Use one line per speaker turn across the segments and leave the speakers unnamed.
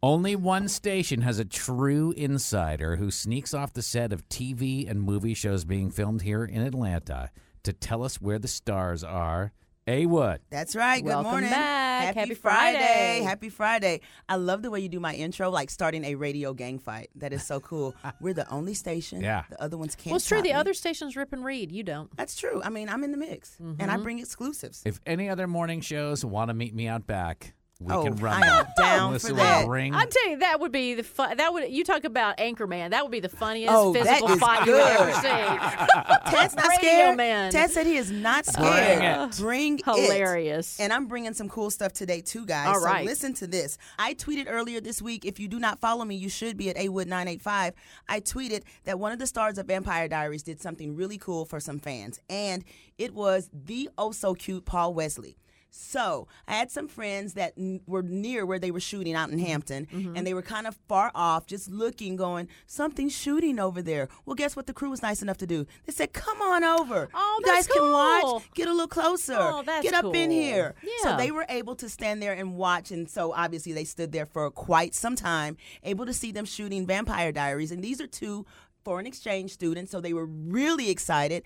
Only one station has a true insider who sneaks off the set of TV and movie shows being filmed here in Atlanta to tell us where the stars are. A what?
That's right. Good
Welcome
morning.
back. Happy Friday.
Happy Friday. I love the way you do my intro, like starting a radio gang fight. That is so cool. We're the only station.
Yeah.
The other ones can't.
Well, it's true.
top
The
me.
other stations rip and read. You don't.
That's true. I mean, I'm in the mix, and
Mm-hmm.
I bring exclusives.
If any other morning shows want to meet me out back, we
Oh,
can run
I am
them.
down
Melissa
for
will
that.
Bring
I'm telling you, that would be the fun. That would you talk about Anchorman? That would be the funniest
Oh, that
physical
is
fight you
good.
ever see.
Ted's not
Radio
scared.
man.
Ted said he is not
Bring
scared.
it.
Bring it.
Hilarious.
And I'm bringing some cool stuff today too, guys.
All
so
right.
listen to this. I tweeted earlier this week. If you do not follow me, you should be at Awood985. I tweeted that one of the stars of Vampire Diaries did something really cool for some fans, and it was the oh so cute Paul Wesley. So I had some friends that n- were near where they were shooting out in
Mm-hmm.
Hampton, and they were kind of far off, just looking, going, "Something's shooting over there." Well, guess what? The crew was nice enough to do. They said, "Come on over.
Oh,
you guys
that's
can watch.
cool.
Get a little closer.
Oh, that's
get up in
cool.
here." So
Yeah.
they were able to stand there and watch, and so obviously they stood there for quite some time, able to see them shooting Vampire Diaries, and these are two foreign exchange students, so they were really excited.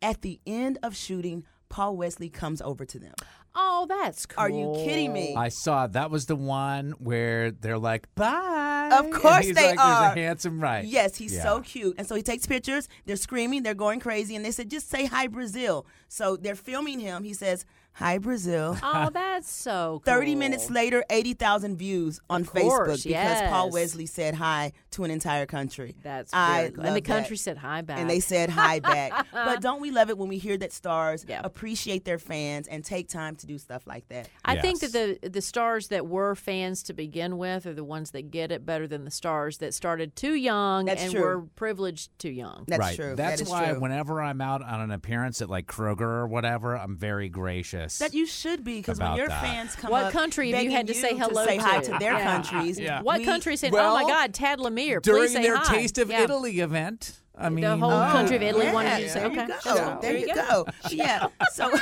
At the end of shooting, Paul Wesley comes over to them.
Oh, that's cool.
Are you kidding me?
I saw that was the one where they're like, bye.
Of course
and he's
they
like,
are.
There's a handsome right.
Yes, he's
Yeah.
so cute. And so he takes pictures. They're screaming. They're going crazy. And they said, just say hi, Brazil. So they're filming him. He says, hi, Brazil.
Oh, that's so. cool.
30 minutes later, 80,000 views on
course,
Facebook because Paul
yes.
Wesley said hi to an entire country.
That's
I
very cool.
love
and the
that.
country said hi back.
And they said hi back. but don't we love it when we hear that stars
Yeah.
appreciate their fans and take time to do stuff like that?
I think that the the stars that were fans to begin with are the ones that get it better than the stars that started too young
That's
and
true.
were privileged too young.
That's
right.
true.
That's
That is
why
true.
whenever I'm out on an appearance at like Kroger or whatever, I'm very gracious.
That you should be because when
About
your
that.
fans come
What
up
country have you
begging
had to say hello
say hi
to?
to their
Yeah.
countries,
Yeah.
What
we-
country said, "Oh
well,
my God, Tad Lemire,
During
please say
their
hi."
Taste of
Yeah.
Italy event, I mean,
whole
Oh,
country of Italy wanted you to
yes,
say,
There you
okay,
go.
sure.
There, you go. yeah. So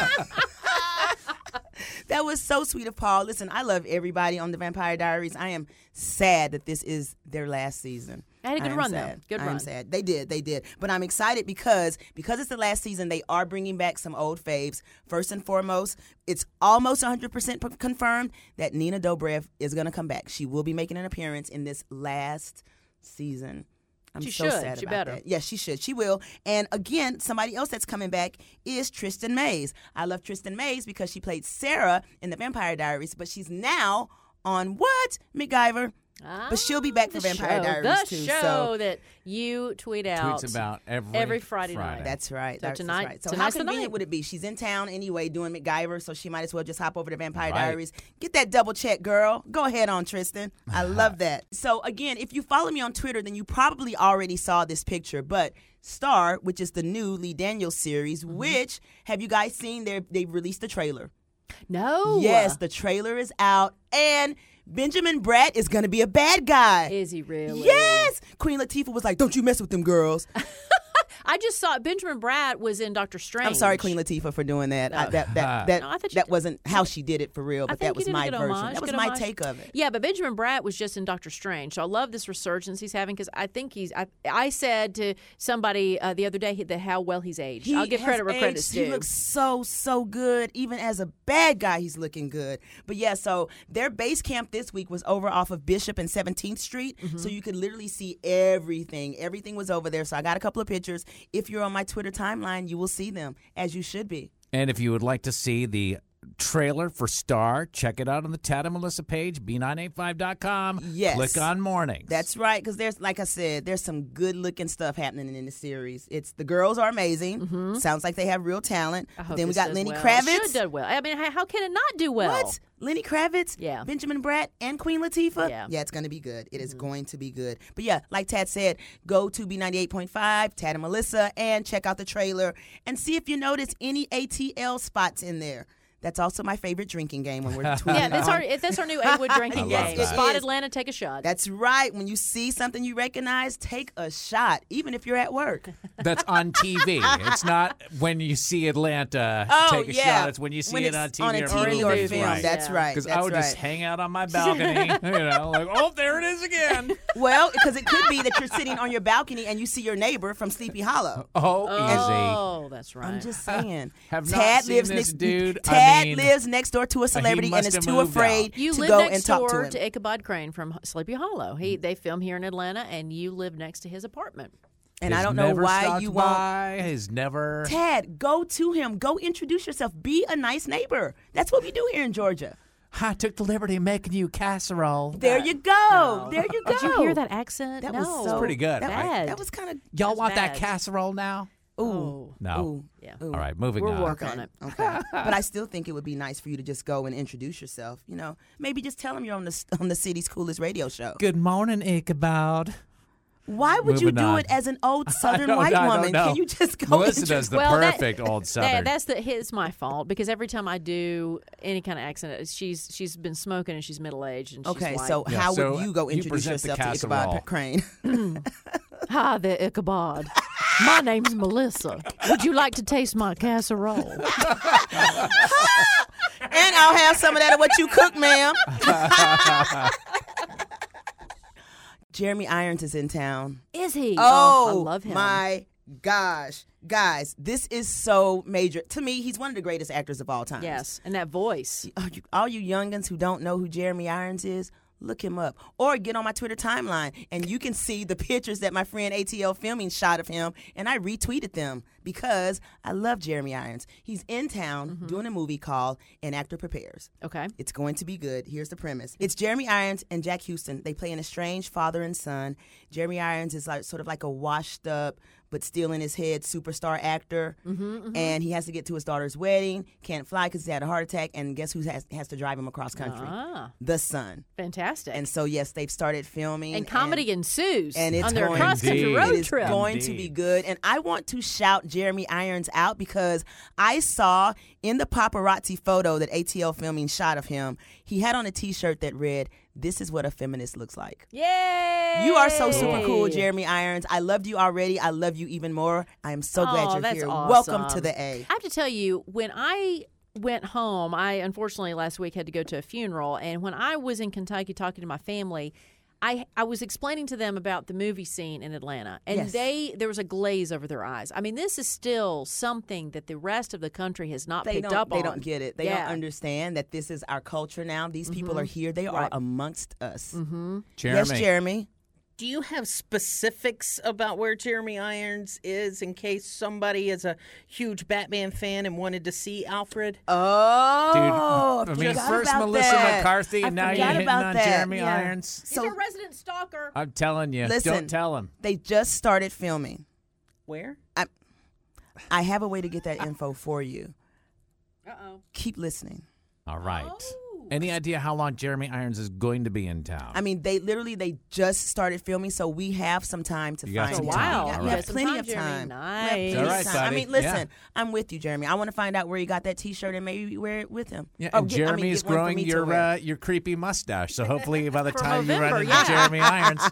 that was so sweet of Paul. Listen, I love everybody on the Vampire Diaries. I am sad that this is their last season.
They had a good
am
run, though.
sad.
Good
I am
run.
sad. They did. They did. But I'm excited because because it's the last season. They are bringing back some old faves. First and foremost, it's almost 100 percent confirmed that Nina Dobrev is going to come back. She will be making an appearance in this last season. I'm
She
so
should.
sad
She
about
better.
that. Yes, she should. She will. And again, somebody else that's coming back is Tristan Mays. I love Tristan Mays because she played Sarah in The Vampire Diaries, but she's now on what? MacGyver. but she'll be back for
Ah, the
Vampire
show,
Diaries
the
too.
show
So
that you tweet out.
tweets about every,
every Friday night.
that's right. that's, that's
tonight-
right. So how
tonight's the
convenient
night.
would it be? She's in town anyway doing MacGyver, so she might as well just hop over to Vampire
Right.
Diaries. Get that double check, girl. Go ahead on Tristan. I love that. So again, if you follow me on Twitter, then you probably already saw this picture, but Star, which is the new Lee Daniels series,
Mm-hmm.
which have you guys seen? They they've released the trailer.
No.
Yes, the trailer is out, and Benjamin Bratt is going to be a bad guy.
Is he really?
Yes, Queen Latifah was like, "Don't you mess with them girls."
I just saw Benjamin Bratt was in Doctor Strange.
I'm sorry, Queen Latifah, for doing that. I, that that that,
No, I thought you
that
did-
wasn't how she did it for real,
I
but that
think
was
he did a
my
good
version.
homage,
that was
good
my
homage.
take of it.
Yeah, but Benjamin Bratt was just in Doctor Strange, so I love this resurgence he's having because I think he's. I, I said to somebody uh, the other day that how well he's aged. I'll give
has
credit where
aged.
credit's due.
He looks so so good. Even as a bad guy, he's looking good. But yeah, so their base camp this week was over off of Bishop and 17th Street,
Mm-hmm.
so you could literally see everything. Everything was over there. So I got a couple of pictures. If you're on my Twitter timeline, you will see them as you should be.
And if you would like to see the trailer for Star, check it out on the Tad and Melissa page, b985.com.
Yes.
Click on mornings.
That's right, because there's, like I said, there's some good looking stuff happening in the series. It's the girls are amazing. Sounds like they have real talent.
Mm-hmm. I
But
hope
then we
this
got
does
Lenny
well.
Kravitz.
Should done well. I mean, how, how can it not do well?
What? Lenny Kravitz,
Yeah.
Benjamin Bratt, and Queen Latifah.
Yeah. Mm-hmm.
it's going to be good. It is going to be good. But yeah, like Tad said, go to B98.5, Tad and Melissa, and check out the trailer and see if you notice any ATL spots in there. That's also my favorite drinking game when we're tweeting.
Yeah, that's
on-
our that's our new Edwood drinking
I love
game.
that.
Spot
Yes.
Atlanta, take a shot.
That's right. When you see something you recognize, take a shot, even if you're at work.
That's on TV. it's not when you see Atlanta
Oh,
take a
yeah.
shot. It's when you see it
it's
on TV,
a
or
TV or
movies,
film.
Right.
That's
Yeah.
right.
Because
That's
I would
right.
just hang out on my balcony, you know, like, oh, there it is again.
Well, because it could be that you're sitting on your balcony and you see your neighbor from Sleepy Hollow.
Oh, easy.
oh, that's right.
I'm just saying.
Have not
Tad
seen
lives
this
next
dude. I
Tad
mean,
lives next door to a celebrity and
must
is
have
too
moved
afraid
out.
you
to
live
go
next
and talk to
door
him. Mm.
to Ichabod Crane from Sleepy Hollow. He they film here in Atlanta, and you live next to his apartment.
and I
Has
don't know
never
why
stopped
you won't.
by, Has never.
Tad, go to him. Go introduce yourself. Be a nice neighbor. That's what we do here in Georgia.
I took the liberty of making you casserole.
There you go. There you go.
Did you hear that accent?
That
no.
was so
pretty good,
That,
right?
Bad.
that was kind of
Y'all
That's
want that
bad.
casserole now?
Oh.
ooh.
No.
Ooh.
Yeah.
Ooh.
All right, moving
We'll
on.
work on it.
Okay. but I still think it would be nice for you to just go and introduce yourself. You know, maybe just tell them you're on the on the city's coolest radio show.
Good morning, Ichabod.
Why would you
Moving
do
on.
it as an old
I
Southern
don't-
white
I don't
woman?
know.
Can you just go?
Melissa
introduce-
does the
Well, that-
perfect old
Yeah,
Southern.
that's the it's my fault because every time I do any kind of accent, uh, she's she's been smoking and she's middle aged and she's
Okay,
white.
so
Yeah,
how
so
would you go
you
introduce
present the
yourself to
casserole.
Ichabod Crane?
hi there, Ichabod. My name's Melissa. Would you like to taste my casserole?
and I'll have some of that of what you cook, ma'am. Jeremy Irons is in town.
Is he?
Oh,
I love him.
My gosh, guys, this is so major to me. He's one of the greatest actors of all time.
Yes, and that voice.
Oh, you, all you youngins who don't know who Jeremy Irons is, look him up or get on my Twitter timeline and you can see the pictures that my friend ATL Filming shot of him and I retweeted them because I love Jeremy Irons. He's in town doing a movie called An Actor Prepares.
Okay.
It's going to be good. Here's the premise. It's Jeremy Irons and Jack Houston. They play an estranged father and son. Jeremy Irons is like sort of like a washed up but still in his head superstar actor,
Mm-hmm,
and he has to get to his daughter's wedding. Can't fly because he had a heart attack, and guess who has, has to drive him across country?
Ah,
The son.
fantastic.
And
And,
so yes, they've started filming
comedy ensues
and it's
on their
going-
cross country
Indeed.
it
road
is
trip.
going to be
Indeed.
good. And I want to shout Jeremy Irons out because I saw in the paparazzi photo that ATL filming shot of him, he had on a t shirt that read, This is what a feminist looks like.
Yay!
You are so super cool, Jeremy Irons. I loved you already. I love you even more. I am so glad
Aw,
you're
that's
here. Welcome to
awesome.
the A.
I have to tell you, when I went home, I unfortunately last week had to go to a funeral, and when I was in Kentucky talking to my family. I, I was explaining to them about the movie scene in Atlanta, and
Yes.
they there was a glaze over their eyes. I mean, this is still something that the rest of the country has not
They
picked
don't,
up
they
on.
don't get it. They
yeah. Mm-hmm.
don't understand that this is our culture now. These people are here. They are amongst us.
Mm.
Jeremy.
Yes, Jeremy.
Do you have specifics about where Jeremy Irons is in case somebody is a huge Batman fan and wanted to see Alfred?
Dude,
Oh,
I
I
mean,
forgot
first
about
Melissa
that.
McCarthy,
I
and now you're
forgot
hitting
about
on
that.
Jeremy
Yeah.
Irons.
He's a resident stalker.
I'm telling you,
Listen.
don't tell him.
They just started filming.
Where?
I have a way to get that info for you.
Uh oh.
Keep listening.
All right. Any idea how long Jeremy Irons is going to be in town?
Oh. I mean, they literally they just started filming, so we have some time to
You got
Oh,
find
some
out.
time. Wow,
We got- We
all
have
right.
plenty
Some
of time.
time, Jeremy.
We
Nice.
have plenty of
All right,
time. I
buddy.
mean, listen,
Yeah.
I'm with you, Jeremy. I want to find out where he got that T-shirt and maybe wear it with him.
yeah,
Or
and
Oh, get- I mean,
Jeremy is
get one for
growing
me to
your
wear.
uh, your creepy mustache. So hopefully, by the
For
time you
Movember,
run into
yeah.
Jeremy Irons,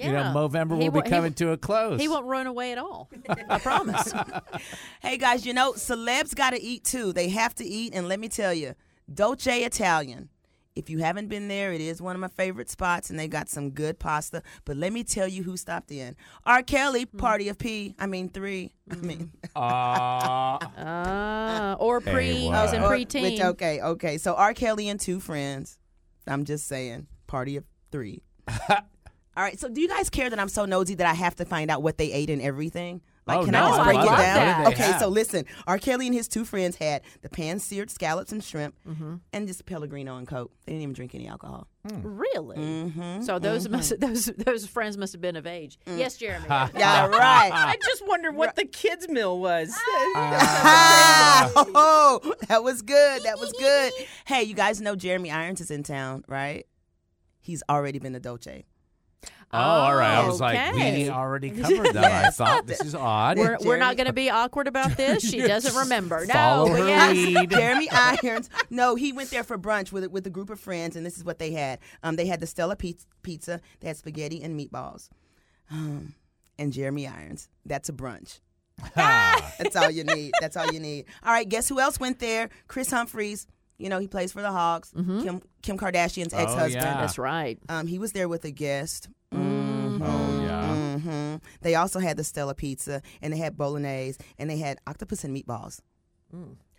you know,
Yeah.
Movember
He
will be
won't- he
coming
won't-
to a close.
He won't run away at all. I promise.
Hey guys, you know, celebs got to eat too. They have to eat, and let me tell you, Dolce Italian. If you haven't been there, it is one of my favorite spots, and they got some good pasta. But let me tell you who stopped in: R. Kelly, Party of P. I mean three. I mean,
Uh,
Ah, or pre
wow.
was in
Or-
Uh, which,
preteen.
okay, okay. So R. Kelly and two friends. I'm just saying, Party of Three. All right. So, do you guys care that I'm so nosy that I have to find out what they ate and everything? Like,
Oh,
can
no,
I just
I
break
love
it
that.
down?
What did they
Okay,
have?
so listen. R. Kelly and his two friends had the pan seared scallops and shrimp and just Pellegrino and Coke. They didn't even drink any alcohol.
Really?
Mm-hmm.
So those must those those friends must have been of age.
Mm.
Yes, Jeremy. I
Yeah, right.
I just wonder what the kids' meal was.
Ah, oh, that was good. That was good. Hey, you guys know Jeremy Irons is in town, right? He's already been to Dolce.
Oh, all right. I was like,
okay.
we already covered that. I thought this is odd.
We're, we're
Jeremy-
not going to be awkward about this. She doesn't remember. No,
Follow
but
her
yes.
lead.
Jeremy Irons. No, he went there for brunch with with a group of friends, and this is what they had. Um, they had the Stella Piz- pizza. They had spaghetti and meatballs. Um, and Jeremy Irons. That's a brunch. That's all you need. That's all you need. All right. Guess who else went there? Chris Humphreys. You know he plays for the Hawks.
Mm-hmm.
Kim Kim Kardashian's
Oh,
ex husband.
yeah.
That's right.
Um, he was there with a guest.
Oh, yeah.
hmm They also had the Stella pizza, and they had bolognese, and they had octopus and meatballs.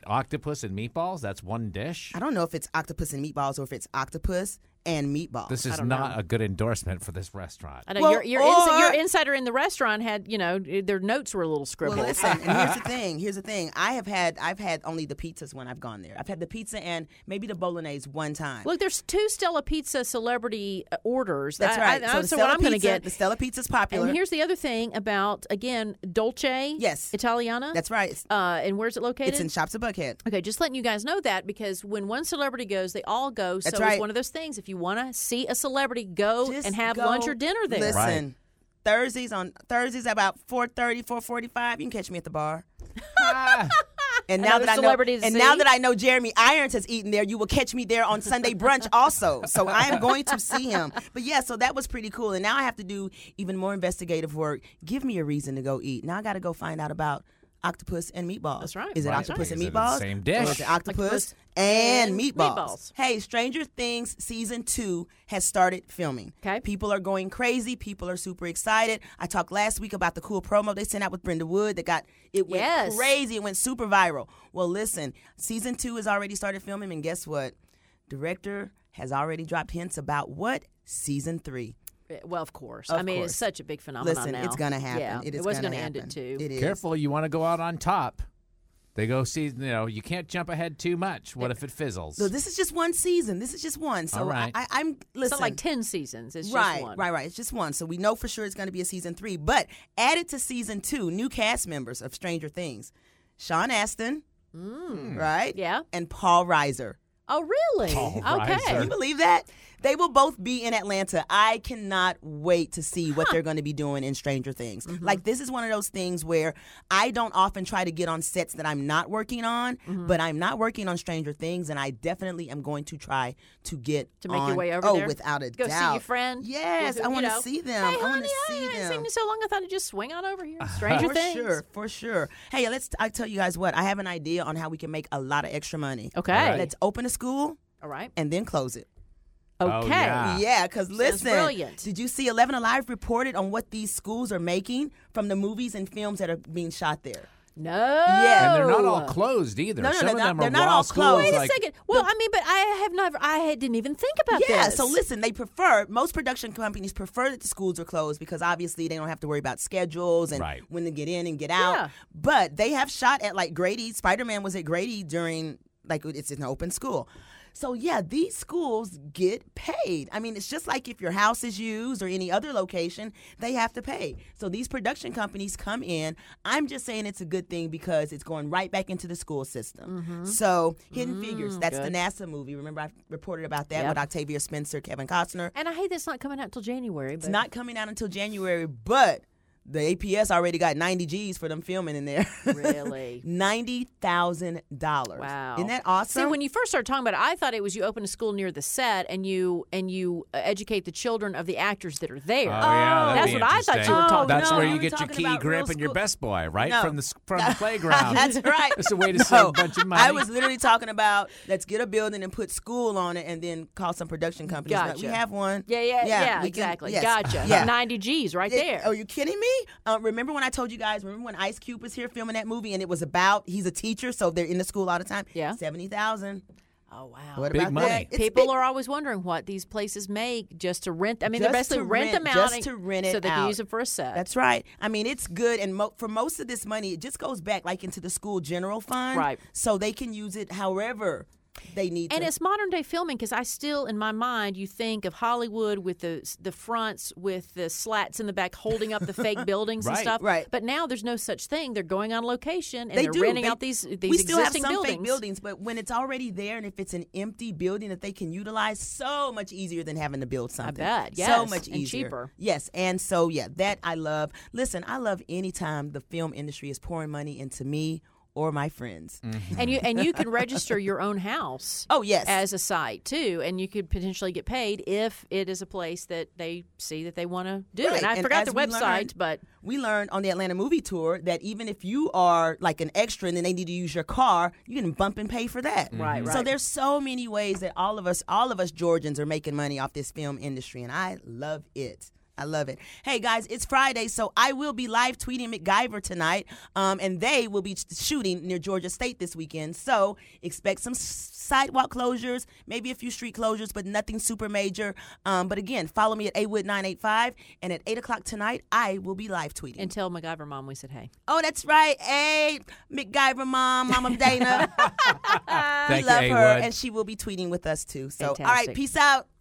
Octopus and meatballs? That's one dish?
I don't know if it's octopus and meatballs or if it's octopus and meatballs.
This is not a good endorsement for this restaurant.
I know
Well,
your your, ins-
or-
your insider in the restaurant had you know their notes were a little scribbled.
well, listen, and here's the thing. Here's the thing. I have had I've had only the pizzas when I've gone there. I've had the pizza and maybe the bolognese one time.
Look, there's two Stella Pizza celebrity uh, orders.
That's
I-
right.
I,
so
I,
the
so
Stella
what I'm going to
pizza-
get.
the Stella pizza's popular.
And here's the other thing about again Dolce.
Yes.
Italiana.
That's right. It's,
uh, and where's it located?
it's in Shops of Buckhead.
Okay, just letting you guys know that because when one celebrity goes, they all go. so
That's right.
it's one of those things. If you want to see a celebrity, go
Just
and have
go-
lunch or dinner there.
Listen. Thursdays on Thursdays about 4:30, 4:45, you can catch me at the bar.
Ah,
And now
Another
that I know,
celebrity to
and now
see.
that I know Jeremy Irons has eaten there, you will catch me there on Sunday brunch also. So I am going to see him. But yeah, so that was pretty cool. And now I have to do even more investigative work. Give me a reason to go eat. Now I got to go find out about octopus and meatballs.
That's right.
Is it
Right.
octopus and
Is it the
meatballs?
same
Or
dish?
is it octopus,
Octopus
and,
and
meatballs?
meatballs.
Hey, Stranger Things season two has started filming.
Okay.
People are going crazy. People are super excited. I talked last week about the cool promo they sent out with Brenda Wood that got it went
Yes.
crazy. It went super viral. Well, listen, season two has already started filming, and guess what? Director has already dropped hints about what season three.
Eh, Well, of course.
Of
I mean,
course.
it's such a big phenomenon.
Listen,
now.
it's gonna happen.
Yeah,
It is
was
gonna
gonna end
happen.
it too.
It is.
Careful, you want to go out on top. They go see, you know, you can't jump ahead too much. What if it fizzles?
So this is just one season. This is just one. So
All right.
I, I, I'm
It's
listen.
not like ten seasons. It's
right,
just one.
right, right. It's just one. So we know for sure it's going to be a season three. But added to season two, new cast members of Stranger Things: Sean Astin, right?
Mm. Yeah.
and Paul Reiser.
Oh, really?
Paul
okay.
Can you
Reiser.
believe that? They will both be in Atlanta. I cannot wait to see what they're going to be doing in Stranger Things.
Mm-hmm.
Like, this is one of those things where I don't often try to get on sets that I'm not working on,
Mm-hmm.
but I'm not working on Stranger Things, and I definitely am going to try to get
To make your
on-
way over
oh,
there?
without a
Go see
doubt.
your friend?
Yes,
Who-
I
you
want to
know.
see them. I
Hey,
want
honey,
to see
I haven't
them.
seen you so long. I thought I'd just swing on over here. Stranger
for
Things.
sure, for sure. Hey, let's. I tell you guys what. I have an idea on how we can make a lot of extra money.
Okay. All right.
Let's open a school
All right.
and then close it.
Okay.
Oh, yeah. Ah.
Yeah, because listen,
brilliant.
did you see Eleven Alive reported on what these schools are making from the movies and films that are being shot there?
No.
Yeah.
and they're not all closed either.
No, no,
Some
they're
of
not-
them
they're
are
not
while
all
school
closed.
is,
Wait a
like,
second. Well, I mean, but I have never. I didn't even think about
Yeah,
this.
so listen, they prefer most production companies prefer that the schools are closed because obviously they don't have to worry about schedules and
Right.
when to get in and get out.
Yeah.
But they have shot at like Grady. Spider Man was at Grady during like it's an open school. So yeah, these schools get paid. I mean, it's just like if your house is used or any other location, they have to pay. So these production companies come in. I'm just saying it's a good thing because it's going right back into the school system. So Hidden Figures, that's the NASA movie. Remember I reported about that
Yep.
with Octavia Spencer, Kevin Costner.
And I hate that's not coming out till January. But
It's not coming out until January, but the APS already got 90 G's for them filming in there.
really.
Ninety thousand dollars.
Wow.
isn't that awesome?
See, when you first started talking about it, I thought it was you open a school near the set and you and you uh, educate the children of the actors that are there.
Oh, yeah, that'd be
that's what I thought you
interesting.
were
Oh,
talking.
That's
no,
where
we
you
were
get your
talking
key
about real
grip and your
school-
best boy, right
No.
from the s- from the playground.
That's right.
It's a way to save
No.
a bunch of money.
I was literally talking about let's get a building and put school on it, and then call some production companies. Like, we
Gotcha.
have one.
Yeah, yeah, yeah,
we can-
exactly.
yes.
Gotcha.
Yeah. Oh,
Ninety G's right
It-
there.
Are you kidding me? Uh, remember when I told you guys? Remember when Ice Cube was here filming that movie, and it was about he's a teacher, so they're in the school all the time.
Yeah.
seventy thousand.
oh wow.
What
Big
about that?
money.
It's
People
big-
are always wondering what these places make just to rent. I mean, they
Just
basically
to
rent,
rent-
them out
just
and-
to rent it
so they
out.
can use it for a set.
That's right. I mean, it's good, and mo- for most of this money, it just goes back like into the school general fund,
Right.
So they can use it however They need
And
to.
it's modern day filming because I still, in my mind, you think of Hollywood with the the fronts with the slats in the back holding up the fake buildings and
Right.
stuff.
Right.
But now there's no such thing. They're going on location and
they
are
do.
renting
They-
out these these
we still have
existing
some
buildings.
fake buildings, but when it's already there and if it's an empty building that they can utilize, so much easier than having to build something.
bet,
so
yes,
much
and
easier,
cheaper.
Yes, and so yeah, that I love. Listen, I love any time the film industry is pouring money into me or my friends.
And you and you can register your own house.
Oh yes,
As a site too, and you could potentially get paid if it is a place that they see that they want to do.
Right,
And I
and
forgot
as
the
we
website,
learned-
but
we learned on the Atlanta movie tour that even if you are like an extra and then they need to use your car, you can bump and pay for that.
Right,
So
right.
there's so many ways that all of us, all of us Georgians, are making money off this film industry, and I love it. I love it. Hey guys, it's Friday, so I will be live tweeting MacGyver tonight, um, and they will be sh- shooting near Georgia State this weekend. So expect some s- sidewalk closures, maybe a few street closures, but nothing super major. Um, but again, follow me at awood985, and at eight o'clock tonight, I will be live tweeting.
and tell MacGyver mom we said hey.
Oh, that's right. Hey, MacGyver mom, Mama Dana. we
Thank
love
you,
her,
A-Wood.
and she will be tweeting with us too. So, all right,
Fantastic.
peace out.